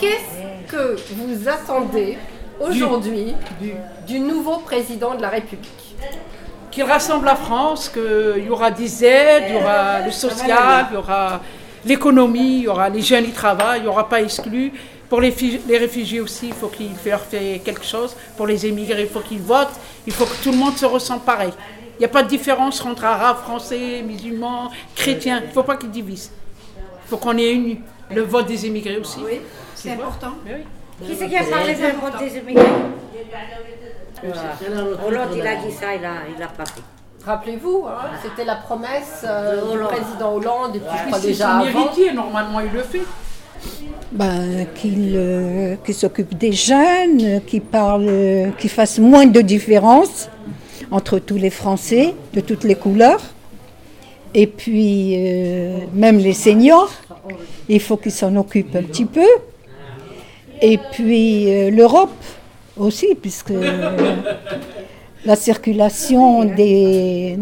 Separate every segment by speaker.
Speaker 1: Qu'est-ce que vous attendez aujourd'hui du, nouveau président de la République
Speaker 2: qu'il rassemble la France, qu'il y aura des aides, il y aura le social, il y aura l'économie, il y aura les jeunes qui travaillent, il n'y aura pas exclu. Pour les, fi- les réfugiés aussi, il faut qu'il leur fait quelque chose. Pour les émigrés, il faut qu'ils votent. Il faut que tout le monde se ressente pareil. Il n'y a pas de différence entre arabes, français, musulmans, chrétiens. Il ne faut pas qu'ils divisent. Il faut qu'on est unis. Le vote des émigrés aussi. Oui, c'est important.
Speaker 3: Qui c'est qui a parlé d'un vote des immigrés Hollande, il a dit ça, il a, il a pas fait.
Speaker 1: Rappelez-vous, hein, c'était la promesse euh,
Speaker 3: De
Speaker 1: du
Speaker 3: Hollande.
Speaker 1: président Hollande, et puis je
Speaker 2: Puis
Speaker 1: crois
Speaker 2: c'est
Speaker 1: déjà
Speaker 2: son
Speaker 1: avant.
Speaker 2: héritier, normalement, il le fait.
Speaker 4: Ben, qu'il euh, qu'il s'occupe des jeunes, qu'il parle, euh, qu'il fasse moins de différence entre tous les Français de toutes les couleurs. Et puis, euh, même les seniors, il faut qu'ils s'en occupent un petit peu. Et puis, euh, l'Europe aussi, puisque euh, la circulation des,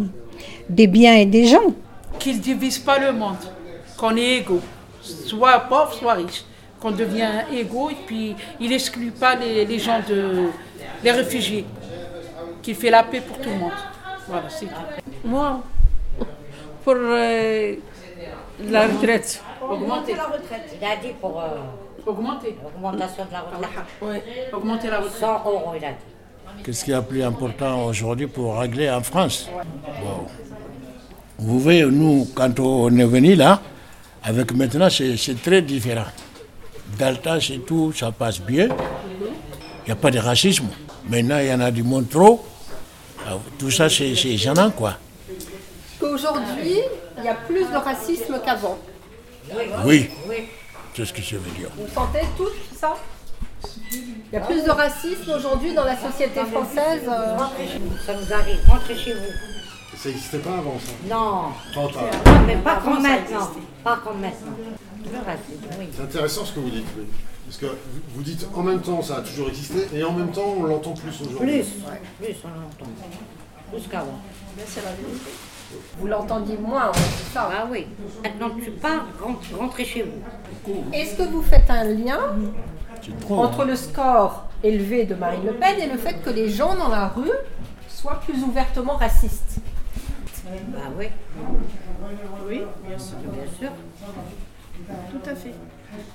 Speaker 4: des biens et des gens.
Speaker 2: qu'il ne divise pas le monde, qu'on est égaux, soit pauvre, soit riche, qu'on devient égaux et puis il n'exclut pas les, les gens, de, les réfugiés, qu'il fait la paix pour tout le monde. Voilà, c'est tout.
Speaker 5: Moi, pour euh, la retraite.
Speaker 2: Augmenter,
Speaker 3: Il a dit pour euh,
Speaker 2: augmenter,
Speaker 3: l'augmentation de la retraite.
Speaker 2: ah. augmenter la retraite.
Speaker 3: 100 euros, il a dit.
Speaker 6: Qu'est-ce qui est plus important aujourd'hui pour régler en France Bon. Vous voyez, nous, quand on est venu là, avec maintenant, c'est c'est très différent. Dans le temps, c'est tout, ça passe bien. Il n'y a pas de racisme. Maintenant, il y en a du monde trop. Alors, Tout ça, c'est c'est gênant, quoi.
Speaker 1: Qu'aujourd'hui, il y a plus de racisme qu'avant.
Speaker 6: Oui, c'est ce que je veux dire.
Speaker 1: Vous sentez tout ça Il y a plus de racisme aujourd'hui dans la société française. euh,
Speaker 3: Ça nous arrive. Rentrez chez vous.
Speaker 7: Ça n'existait pas avant ça.
Speaker 3: Non,
Speaker 7: Trente ans.
Speaker 3: mais pas comme maintenant. Pas comme maintenant. Le racisme, oui.
Speaker 7: C'est intéressant ce que vous dites, oui. Parce que vous- vous dites en même temps ça a toujours existé et en même temps on l'entend plus aujourd'hui.
Speaker 3: Plus, plus on l'entend. Plus qu'avant.
Speaker 1: Vous l'entendiez moins, hein, c'est ça.
Speaker 3: Ah oui. Maintenant tu pars, rentre- rentrez chez vous.
Speaker 1: Est-ce que vous faites un lien
Speaker 6: C'est trop.
Speaker 1: entre le score élevé de Marine Le Pen et le fait que les gens dans la rue soient plus ouvertement racistes
Speaker 3: Bah oui. Oui, bien sûr. Bien sûr.